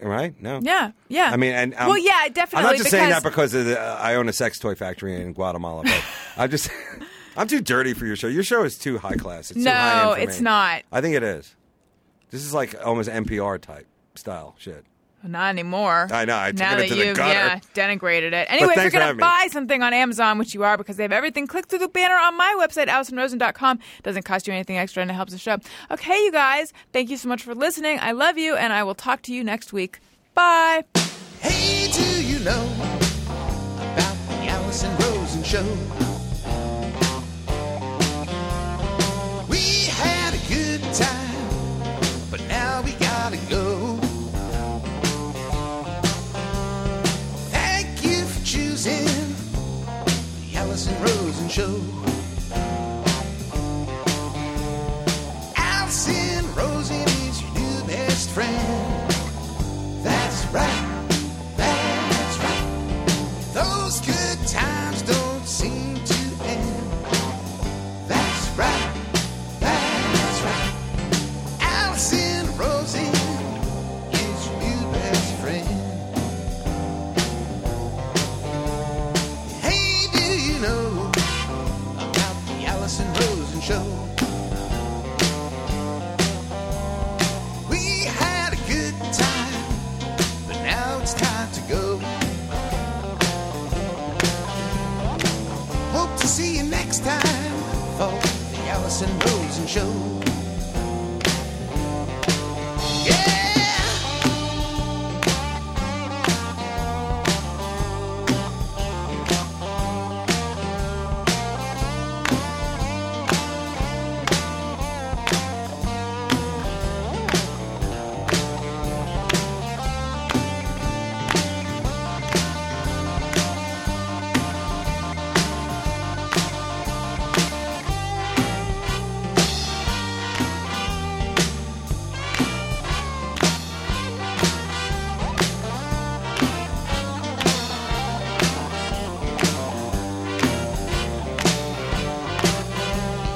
Right? No. Yeah, yeah. I mean, and um, well, yeah, definitely. I'm not just saying that because- because of the, uh, I own a sex toy factory in Guatemala, but I'm just I'm too dirty for your show. Your show is too high class. It's too No, high end for it's me. not. I think it is. This is like almost NPR type style shit. Not anymore. I know, I took now it that into the you've yeah, gutter. denigrated it. Anyway, if you're thanks going for to having me. buy something on Amazon, which you are because they have everything, click through the banner on my website, AllisonRosen.com. Doesn't cost you anything extra and it helps the show. Okay, you guys, thank you so much for listening. I love you, and I will talk to you next week. Bye. Hey, do you know about the Allison Rosen show? We had a good time, but now we gotta go. Thank you for choosing the Allison Rosen show. Allison Rosen is your new best friend. That's right. That's right. Those good times don't seem to end. That's right. That's right. Allison Rosie is your new best friend. Hey, do you know about the Allison Rosen show? We had a good time but now it's time to go. Hope to see you next time for the Allison Rosen Show. Yeah!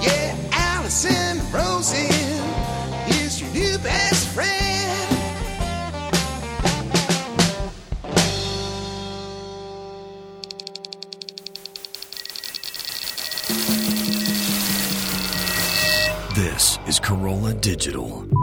Yeah, Allison Rosen is your new best friend. This is Corolla Digital.